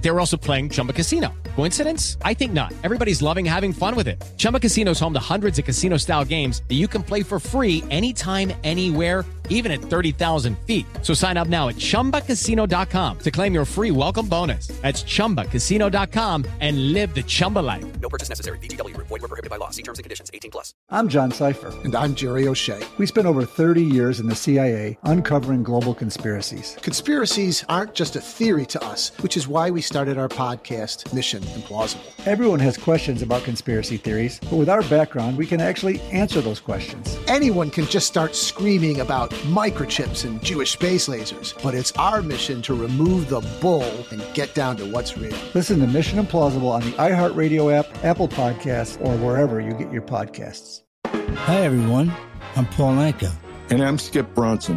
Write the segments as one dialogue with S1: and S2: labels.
S1: They were also playing Chumba Casino. Coincidence? I think not. Everybody's loving having fun with it. Chumba Casino is home to hundreds of casino style games that you can play for free anytime, anywhere even at 30,000 feet. So sign up now at ChumbaCasino.com to claim your free welcome bonus. That's ChumbaCasino.com and live the Chumba life.
S2: No purchase necessary. BGW. Void were prohibited by law. See terms and conditions. 18 plus.
S3: I'm John Cypher.
S4: And I'm Jerry O'Shea.
S3: We spent over 30 years in the CIA uncovering global conspiracies.
S4: Conspiracies aren't just a theory to us, which is why we started our podcast, Mission Implausible.
S3: Everyone has questions about conspiracy theories, but with our background, we can actually answer those questions.
S4: Anyone can just start screaming about microchips and Jewish space lasers, but it's our mission to remove the bull and get down to what's real.
S3: Listen to Mission Implausible on the iHeartRadio app, Apple Podcasts, or wherever you get your podcasts.
S5: Hi, everyone. I'm Paul Anka.
S6: And I'm Skip Bronson.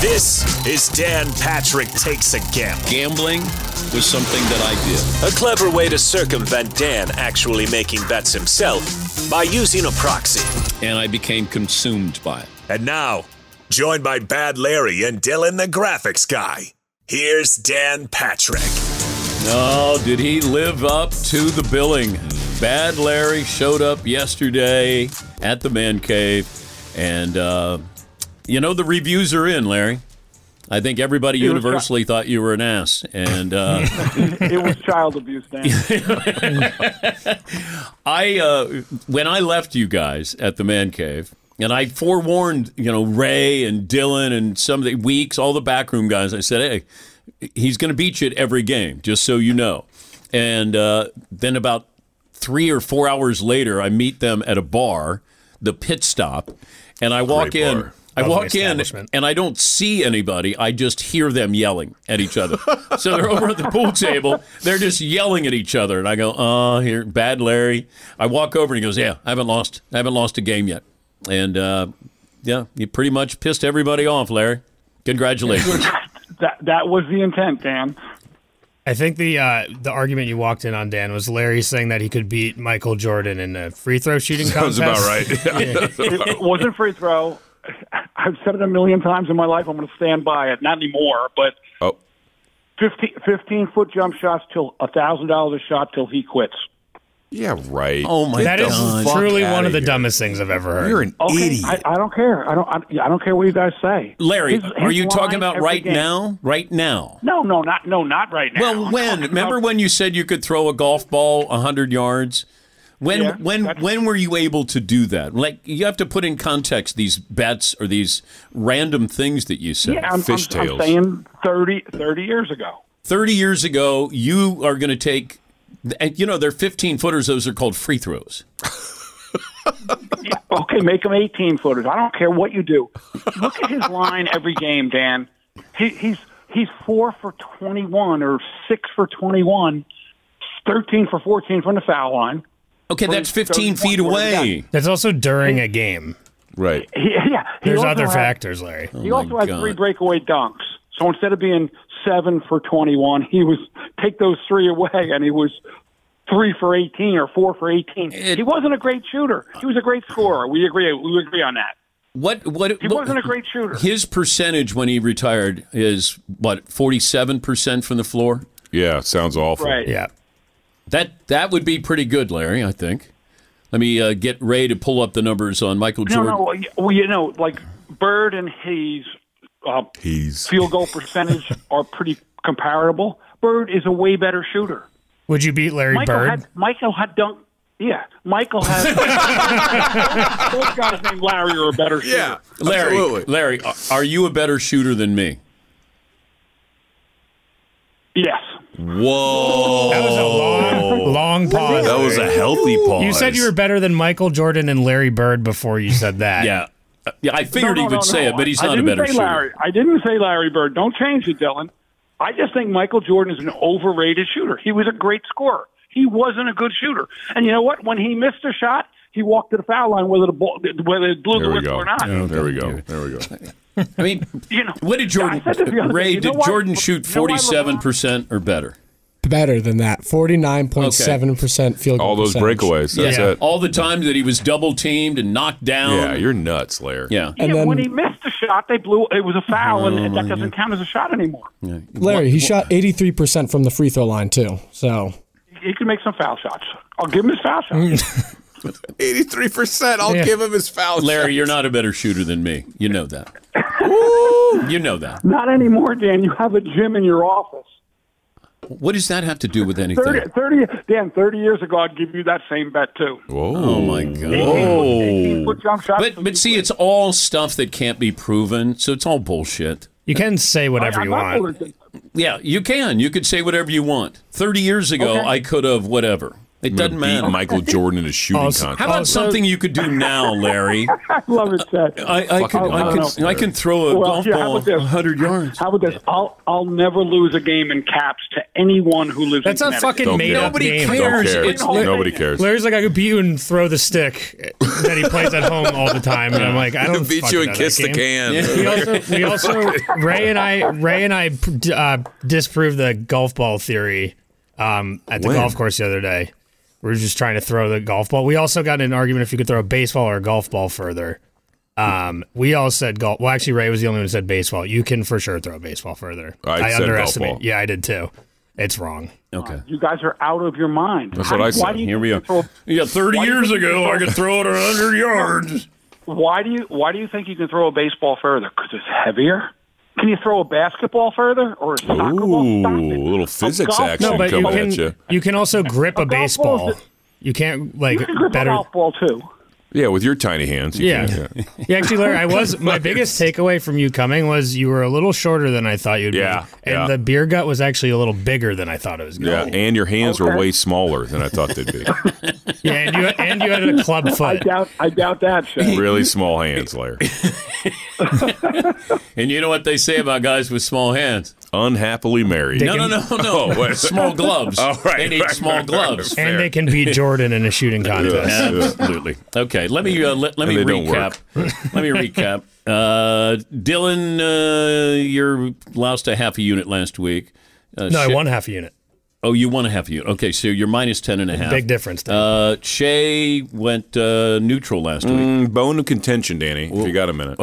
S7: This is Dan Patrick Takes a Gamble.
S8: Gambling was something that I did.
S7: A clever way to circumvent Dan actually making bets himself by using a proxy.
S8: And I became consumed by it.
S7: And now, joined by Bad Larry and Dylan the graphics guy, here's Dan Patrick.
S8: Oh, did he live up to the billing? Bad Larry showed up yesterday at the man cave and, uh, you know the reviews are in, Larry. I think everybody
S9: It was
S8: universally thought you were an ass, and uh,
S9: it was child abuse, Dan.
S8: I uh, when I left you guys at the man cave, and I forewarned you know Ray and Dylan and some of the weeks, all the backroom guys. I said, hey, he's going to beat you at every game, just so you know. And uh, then about three or four hours later, I meet them at a bar, the pit stop, and I walk
S10: Great
S8: in.
S10: bar.
S8: I
S10: Lovely
S8: walk in
S10: establishment.
S8: and I don't see anybody. I just hear them yelling at each other. so they're over at the pool table. They're just yelling at each other. And I go, oh, here, bad Larry. I walk over and he goes, yeah, I haven't lost. I haven't lost a game yet. And uh, yeah, you pretty much pissed everybody off, Larry. Congratulations.
S9: That that was the intent, Dan.
S10: I think the uh, the argument you walked in on Dan was Larry saying that he could beat Michael Jordan in a free throw shooting
S6: Sounds
S10: contest.
S6: about right.
S9: It wasn't free throw. I've said it a million times in my life. I'm going to stand by it. Not anymore, but
S6: Oh.
S9: 15, 15 foot jump shots till a thousand dollars a shot till he quits.
S10: Yeah, right.
S8: oh my
S10: That is
S8: God.
S10: truly
S6: outta
S10: one of the
S6: here.
S10: dumbest things I've ever heard.
S6: You're an
S9: Okay,
S6: idiot.
S9: I, I don't care. I don't. I, I don't care what you guys say.
S8: Larry,
S9: His- his
S8: are you
S9: line
S8: talking about
S9: every
S8: right
S9: game-
S8: now? Right now.
S9: No, no, not no, not right now.
S8: Well,
S9: I'm
S8: when?
S9: talking
S8: Remember
S9: about-
S8: when you said you could throw a golf ball 100 yards? When
S9: Yeah,
S8: when
S9: that's-
S8: when were you able to do that? Like you have to put in context these bets or these random things that you say.
S9: Yeah, I'm, I'm, I'm
S6: Fishtails.
S9: saying 30, 30 years ago.
S8: 30 years ago, you are going to take and you know they're 15 footers those are called free throws.
S9: Okay, make them 18 footers. I don't care what you do. Look at his line every game, Dan. He, he's he's four for 21 or six for 21, 13 for 14 from the foul line.
S8: Okay,
S9: Free
S8: that's 15
S9: throws,
S8: feet
S9: one word,
S8: away.
S10: That's also during a game.
S6: right.
S9: He, yeah, he
S10: There's
S9: also
S10: other
S9: had-
S10: factors, Larry.
S9: He
S8: Oh my
S9: also had three
S8: God.
S9: breakaway dunks. So instead of being seven for 21, he was take those three away, and he was three for 18 or four for 18.
S8: It-
S9: he wasn't a great shooter. He was a great scorer. We agree. We agree on that.
S8: What what
S9: He
S8: what-
S9: wasn't a great shooter.
S8: His percentage when he retired is what 47% from the floor.
S6: Yeah, sounds awful.
S9: Right.
S10: Yeah.
S8: That that would be pretty good, Larry. I think. Let me uh, get Ray to pull up the numbers on Michael
S9: No,
S8: Jordan.
S9: no. Well, you know, like Bird and Hayes, uh, field goal percentage are pretty comparable. Bird is a way better shooter.
S10: Would you beat Larry
S9: Michael
S10: Bird?
S9: had Michael had dunk. Yeah, Michael had those guys named Larry are a better shooter.
S8: Yeah. Larry, Larry, are- are you a better shooter than me?
S9: Yes.
S8: Whoa.
S10: That was a long, long pause.
S8: Oh. That was a healthy pause.
S10: You said you were better than Michael Jordan and Larry Bird before you said that.
S8: yeah. Yeah, I
S9: No, no, no, no. I didn't say Larry. I didn't say Larry Bird. Don't change it, Dylan. I just think Michael Jordan is an overrated shooter. He was a great scorer. He wasn't a good shooter. And you know what? When he missed a shot, he walked to the foul line whether the ball, whether it blew the whistle or not.
S8: there we go. There we go. I mean, what did Jordan?
S9: said this the other
S8: Ray,
S9: day. You know
S8: did
S9: why-
S8: Jordan shoot forty-seven percent or better?
S11: Better than that. 49.7% field goal.
S12: All those
S11: percentage.
S12: breakaways. That's it.
S8: All the times that he was double teamed and knocked down.
S12: Yeah, you're nuts, Larry.
S8: Yeah.
S9: Yeah, when he missed a shot, they blew. It was a foul, and, and that doesn't count as a shot anymore.
S11: Larry, he shot 83% from the free throw line, too. So.
S9: He can make some foul shots. I'll give him his foul shots.
S12: Eighty-three percent. I'll
S8: Yeah.
S12: give him his foul.
S8: Larry, you're not a better shooter than me. You know that. Woo! You know that.
S9: Not anymore, Dan. You have a gym in your office.
S8: What does that have to do with anything?
S9: 30, 30, Dan, 30 years ago, I'd give you that same bet, too.
S8: Whoa. Oh my god.
S9: Put jump shots.
S8: But but see, it's all stuff that can't be proven, so it's all bullshit.
S10: You can say whatever you want.
S8: Yeah, you can. You could say whatever you want. Thirty years ago,
S10: Okay.
S8: I could have whatever. It doesn't matter.
S12: Michael Jordan in a shooting
S8: Oh,
S12: contest.
S8: How about something you could do now, Larry?
S9: I love it, Seth.
S8: I, I,
S9: Fucking
S8: can, I,
S9: nuts,
S8: can, I
S9: Larry.
S8: can throw a
S9: Well,
S8: golf
S9: yeah, how
S8: ball
S9: about this?
S8: 100 yards.
S9: How about this? I'll I'll never lose a game in caps to anyone who lives.
S10: That's
S9: in
S10: a fucking
S9: Connecticut.
S10: made up name.
S9: It's Larry-
S10: Larry's like, I could beat you and throw the stick that he plays at home all the time, and I'm like, I don't
S12: Beat
S10: fucking
S12: you and
S10: know that
S12: kiss the
S10: game.
S12: can.
S10: Yeah. We also, we also Ray and I, Ray and I uh, disproved the golf ball theory um, at the
S12: When?
S10: golf course the other day. We were just trying to throw the golf ball. We also got in an argument if you could throw a baseball or a golf ball further. Um, we all said golf. Well, actually, Ray was the only one who said baseball. You can for sure throw a baseball further.
S12: I said golf ball.
S10: Yeah, I did too. It's wrong.
S8: Okay.
S9: You guys are out of your mind.
S10: That's
S9: How-
S10: what I
S9: why
S10: said.
S9: do you
S10: Here
S9: think
S10: we
S9: you
S10: are.
S9: throw-
S8: Yeah, 30
S9: why do you
S8: years
S9: think you
S8: ago,
S9: throw-
S8: I could throw it 100 yards.
S9: Why do you Why do you think you can throw a baseball further? Because it's heavier. Can you throw a basketball further or a soccer ball? Stop it.
S12: Ooh, a little physics action
S10: no, but you
S12: coming
S10: can,
S12: at you.
S10: you can also grip a,
S9: ball's
S10: baseball. You can't like
S9: You can grip
S10: better.
S9: a golf ball too.
S12: Yeah, with your tiny hands. you
S10: Yeah.
S12: can, yeah.
S10: Yeah, actually, Larry, I was my biggest takeaway from you coming was you were a little shorter than I thought you'd
S12: Yeah,
S10: be, and
S12: yeah.
S10: the beer gut was actually a little bigger than I thought it was.
S12: Yeah, and your hands were
S10: Okay.
S12: way smaller than I thought they'd be.
S10: Yeah, and you and you had a club
S9: I
S10: foot.
S9: doubt. I doubt that. Shane.
S12: really small hands, Larry.
S8: And you know what they say about guys with small hands?
S12: Unhappily married.
S8: No, no, no, no.
S12: Oh, wait.
S8: small gloves.
S12: All right,
S8: They need
S12: right,
S8: small
S12: right,
S8: gloves.
S12: right,
S10: And they can beat Jordan in a shooting contest.
S8: Absolutely. Okay, let me uh, let, let me
S12: And they don't
S8: recap. let me recap. Uh, Dylan, uh, you lost a half a unit last week. Uh,
S10: No, I
S8: Sha-
S10: won half a unit.
S8: Oh, you won a half unit. Okay, so you're minus ten and a half.
S10: Big difference.
S8: Uh, Shea went uh, neutral last week.
S12: Mm, bone of contention, Danny. If you got a minute.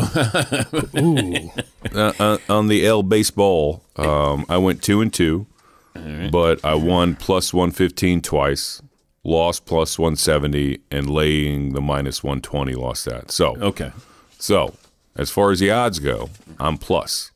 S12: Ooh. Uh, uh, on the L baseball, um, I went two and two, but I won plus one fifteen twice, lost plus one seventy, and laying the minus one twenty lost that. So okay. So as far as the odds go, I'm plus.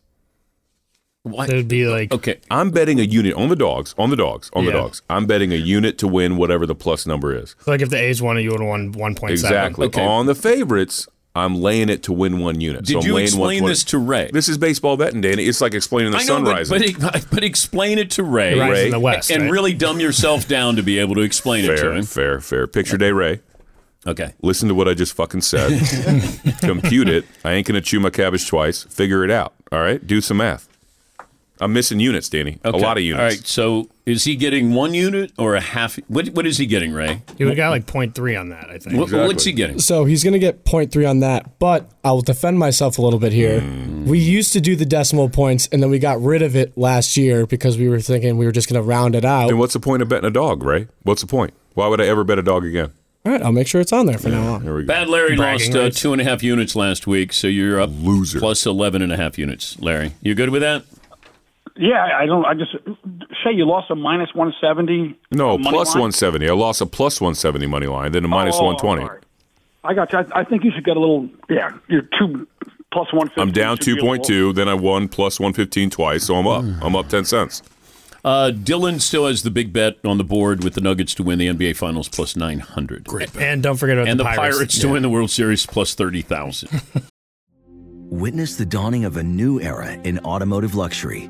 S10: It would be like
S8: okay.
S12: I'm betting a unit on the dogs, on the dogs, on the
S10: Yeah.
S12: dogs. I'm betting a unit to win whatever the plus number is.
S10: Like if the A's won, you would have won one point seven.
S12: Exactly. On the favorites, I'm laying it to win one unit.
S8: Did
S12: I'm
S8: you
S12: laying
S8: explain
S12: 120.
S8: this to Ray?
S12: This is baseball betting, Danny. It's like explaining the
S8: I know, but,
S12: sunrise.
S8: but, e- but explain it to Ray,
S12: The rise in the west,
S8: and
S12: right?
S8: really dumb yourself down to be able to explain it to
S12: fair,
S8: him.
S12: fair, fair. Picture day, Ray.
S8: Okay.
S12: Listen to what I just fucking said. Compute it. I ain't gonna chew my cabbage twice. Figure it out. All right. Do some math. I'm missing units, Danny. A
S8: Okay.
S12: lot of units.
S8: All right. So is he getting one unit or a half? What What is he getting, Ray?
S10: You would have got like 0.3 on that, I think.
S8: What- What's he getting?
S11: So he's going to get 0.3 on that, but I'll defend myself a little bit here.
S12: Mm.
S11: We used to do the decimal points, and then we got rid of it last year because we were thinking we were just going to round it out.
S12: Then what's the point of betting a dog, Ray? What's the point? Why would I ever bet a dog again?
S11: All right, I'll make sure it's on there for now on.
S12: There we go.
S8: Bad Larry
S11: Bragging
S8: lost uh,
S11: rights.
S8: two and a half units last week, so you're up loser plus eleven and a half units. Larry, you good with that?
S9: Yeah, I I don't. I just Shay, you lost a minus one seventy.
S12: No,
S9: Money
S12: plus
S9: line?
S12: 170. I lost a plus 170 money line, then a minus
S9: Oh,
S12: 120.
S9: I got you. I, I think you should get a little. Yeah, you're too plus one fifty.
S12: I'm down two point two. Then I won plus one fifteen twice, so uh, I'm up.
S8: Hmm.
S12: I'm up ten cents.
S8: Uh, Dylan still has the big bet on the board with the Nuggets to win the NBA Finals plus 900. Great
S10: And don't forget about
S8: And the
S10: the
S8: Pirates,
S10: Pirates.
S8: to
S10: Yeah.
S8: win the World Series plus 30,000.
S13: Witness the dawning of a new era in automotive luxury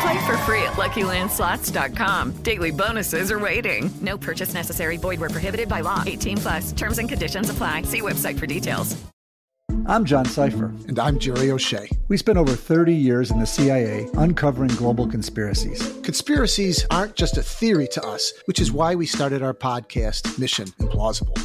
S14: Play for free at LuckyLandSlots.com. Daily bonuses are waiting. No purchase necessary. Void where prohibited by law. 18 plus. Terms and conditions apply. See website for details.
S3: I'm John Cypher.
S4: And I'm Jerry O'Shea.
S3: We spent over 30 years in the CIA uncovering global conspiracies.
S4: Conspiracies aren't just a theory to us, which is why we started our podcast, Mission Implausible.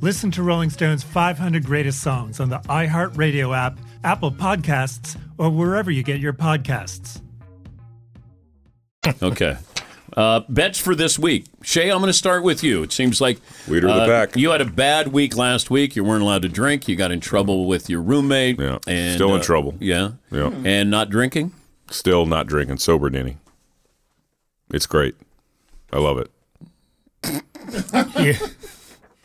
S15: Listen to Rolling Stone's 500 Greatest Songs on the iHeartRadio app, Apple Podcasts, or wherever you get your podcasts.
S8: okay. Uh, bets for this week. Shay, I'm going to start with you. It seems like
S12: Leader of the
S8: uh,
S12: pack.
S8: you had a bad week last week. You weren't allowed to drink. You got in trouble with your roommate. Yeah. And,
S12: Still in
S8: uh,
S12: trouble.
S8: Yeah.
S12: Yeah.
S8: And not drinking.
S12: Still not drinking. Sober, Danny. It's great. I love it.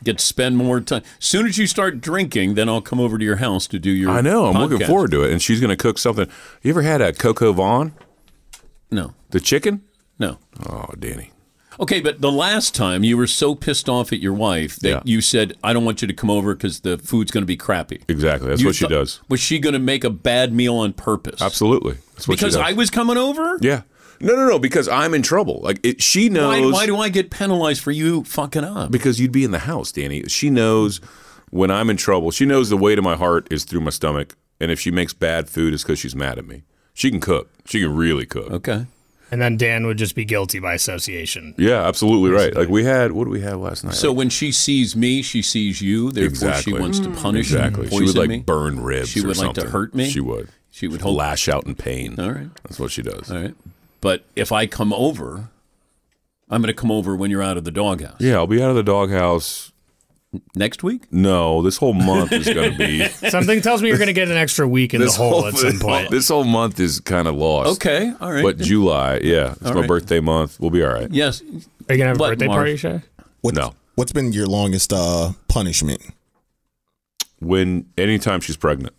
S8: Get to spend more time. Soon as you start drinking, then I'll come over to your house to do your.
S12: I know. I'm looking
S8: podcast.
S12: forward to it. And she's going to cook something. You ever had a Coco Vaughn?
S8: No.
S12: The chicken?
S8: No.
S12: Oh, Danny.
S8: Okay, but the last time you were so pissed off at your wife that
S12: Yeah.
S8: you said, "I don't want you to come over because the food's going to be crappy."
S12: Exactly. That's
S8: You
S12: what she
S8: thought-
S12: does.
S8: Was she going to make a bad meal on purpose?
S12: Absolutely. That's what she
S8: because
S12: does.
S8: I was coming over.
S12: Yeah. No, no, no. Because I'm in trouble. Like it, she
S8: Why,
S12: knows.
S8: why do I get penalized for you fucking up?
S12: Because you'd be in the house, Danny. She knows when I'm in trouble. She knows the weight of my heart is through my stomach, and if she makes bad food, it's because she's mad at me. She can cook. She can really cook.
S8: Okay.
S10: And then Dan would just be guilty by association.
S12: Yeah, absolutely right. Like we had. What did we have last night?
S8: So when she sees me, she sees you. Therefore,
S12: Exactly.
S8: she wants to
S12: Mm.
S8: punish and
S12: Exactly. She would,
S8: poison
S12: like,
S8: me.
S12: burn ribs
S8: She
S12: or
S8: would like to
S12: something.
S8: hurt me.
S12: She would.
S8: She would
S12: lash out in pain.
S8: All right.
S12: That's what she does.
S8: All right. But if I come over, I'm going to come over when you're out of the doghouse.
S12: Yeah, I'll be out of the doghouse
S8: next week.
S12: No, this whole month is going to be
S10: Something tells me you're going to get an extra week in the
S12: this
S10: hole at some
S12: this
S10: point.
S12: whole- This whole month is kind of lost.
S8: Okay, all right.
S12: But July, yeah, it's
S8: All
S12: my
S8: right.
S12: birthday month. We'll be all right.
S8: Yes.
S10: Are you gonna have
S8: What,
S10: a birthday
S8: Marv?
S10: party, Shay?
S1: What,
S12: No.
S1: What's been your longest uh, punishment?
S12: When anytime she's pregnant,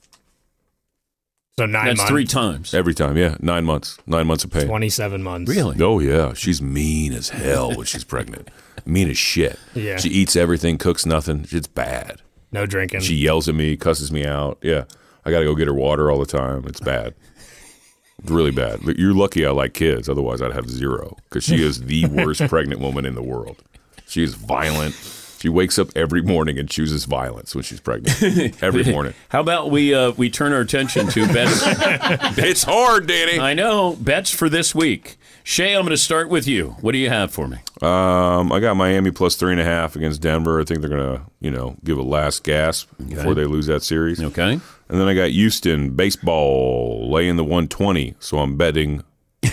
S10: So nine months.
S8: times.
S12: Every time, yeah, nine months, nine months of pain.
S10: Twenty-seven months.
S12: Oh yeah, she's mean as hell when she's pregnant. Mean as shit.
S10: Yeah.
S12: She eats everything, cooks nothing. It's bad.
S10: No drinking.
S12: She yells at me, cusses me out. Yeah. I got to go get her water all the time. It's bad. It's really bad. But You're lucky I like kids. Otherwise, I'd have zero because she is the worst pregnant woman in the world. She is violent. She wakes up every morning and chooses violence when she's pregnant. Every morning.
S8: How about we uh, we turn our attention to bets?
S12: it's hard, Danny.
S8: I know bets for this week. Shay, I'm going to start with you. What do you have for me?
S12: Um, I got Miami plus three and a half against Denver. I think they're gonna, you know, give a last gasp before they lose that series.
S8: Okay.
S12: And then I got Houston baseball laying the one twenty, so I'm betting.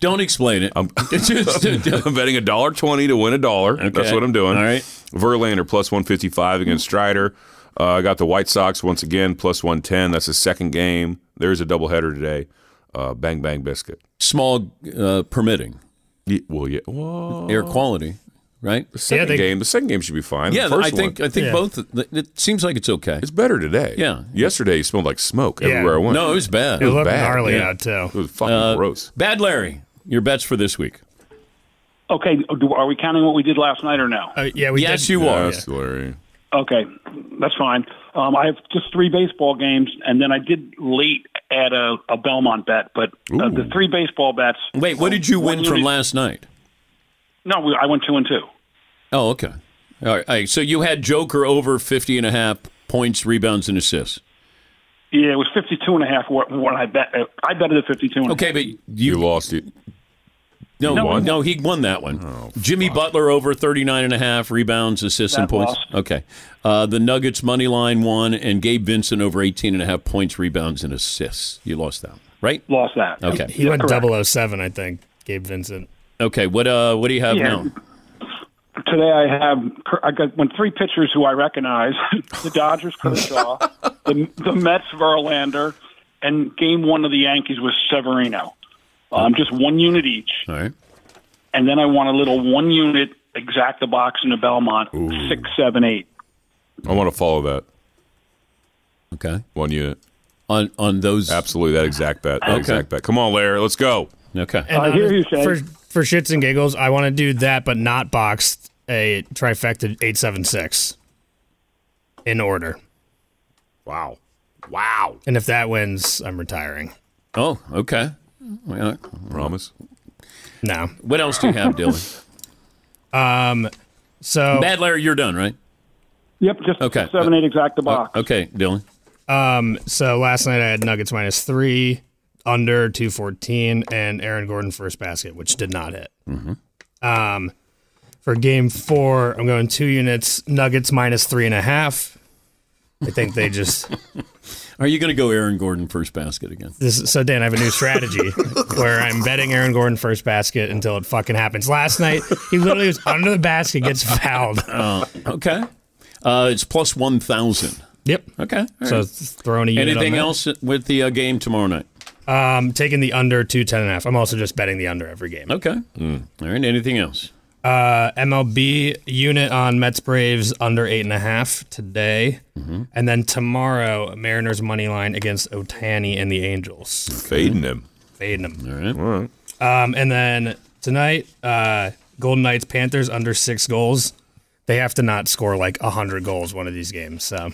S8: Don't explain it.
S12: I'm, I'm betting a dollar twenty to win a dollar. That's
S8: Okay.
S12: what I'm doing.
S8: All right.
S12: Verlander plus one fifty five against Strider. Uh, I got the White Sox once again plus one ten. That's the second game. There's a doubleheader today. Uh, bang bang biscuit.
S8: Small uh, permitting.
S12: well, yeah.
S8: Air quality, right?
S12: The second game. The second game should be fine.
S8: Yeah,
S12: the first
S8: I think
S12: one-
S8: I think both. It seems like it's okay.
S12: It's better today.
S8: Yeah.
S12: Yesterday it smelled like smoke
S8: Yeah.
S12: everywhere I went.
S8: No, it was bad. It looked gnarly out,
S10: too.
S12: It was fucking
S8: Uh,
S12: gross.
S8: Bad Larry, your bets for this week.
S9: Okay, do, are we counting what we did last night or no?
S10: Uh, yeah, we
S8: Yes, did- you are.
S12: Yes, Larry.
S9: Okay, that's fine. Um, I have just three baseball games, and then I did late at a, a Belmont bet, but uh, the three baseball bets.
S8: Wait, what did you
S9: One
S8: win from
S9: really-
S8: last night?
S9: No, we, I went two and two.
S8: Oh, okay. All right. All right. So you had Joker over 50 and a half points, rebounds, and assists.
S9: Yeah, it was fifty-two and a half. What, what I bet? uh, I bet it at fifty-two. And
S8: Okay, but you,
S12: lost it.
S8: No,
S9: You
S8: no,
S9: won?
S8: he won that one. Jimmy Butler over 39 and a half rebounds, assists, and
S9: That
S8: points.
S9: lost.
S8: Okay. Uh, the Nuggets money line won, and Gabe Vincent over 18 and a half points, rebounds, and assists. You lost that one, right?
S9: Lost that.
S8: Okay.
S10: He went 007, I think. Gabe Vincent.
S8: Okay. What uh, What do you have
S9: Yeah.
S8: now?
S9: Today I have I got when three pitchers who I recognize: the Dodgers, Kershaw, the, the Mets, Verlander, and Game One of the Yankees was Severino. Um, just one unit each,
S8: All right.
S9: and then I want a little one unit exact the box in the Belmont six seven eight.
S12: I want to follow that.
S8: Okay.
S12: One unit.
S8: On on those.
S12: Absolutely, that exact bet. That
S8: Okay.
S12: exact bet. Come on, Larry. Let's go.
S8: Okay.
S10: And
S9: I hear
S10: on-
S9: you, Shay.
S10: For, for shits and giggles, I want to do that, but not boxed a trifecta 876 in order.
S12: Wow. Wow.
S10: And if that wins, I'm retiring.
S8: Oh, okay. Well,
S12: Promise.
S10: No.
S8: What else do you have, Dylan?
S10: Um, so
S8: Bad Larry, you're done, right?
S9: Yep, just
S8: Okay. Uh,
S9: seven eight exact the box.
S8: Okay, Dylan.
S10: Um, so last night I had Nuggets minus three, under two fourteen, and Aaron Gordon first basket, which did not hit.
S8: Mm-hmm.
S10: Um, for game four, I'm going two units. Nuggets minus three and a half. I think they just
S8: Are you going to go Aaron Gordon first basket again?
S10: this. Is, so Dan, I have a new strategy where I'm betting Aaron Gordon first basket until it fucking happens. Last night he literally was under the basket, gets fouled.
S8: Uh, okay. Uh, it's plus 1,000.
S10: Yep.
S8: Okay. all
S10: So
S8: right.
S10: throwing a unit. on
S8: Anything
S10: that.
S8: else with the uh, game tomorrow night?
S10: Um, taking the under two ten and a half. I'm also just betting the under every game.
S8: Okay. Hmm. All right. Anything else?
S10: Uh, MLB unit on Mets Braves under eight and a half today, and then tomorrow Mariners money line against Otani and the Angels,
S12: Fading him.
S10: fading them.
S8: All right.
S12: All right.
S10: Um, and then tonight, uh, Golden Knights Panthers under six goals. They have to not score like hundred goals one of these games, so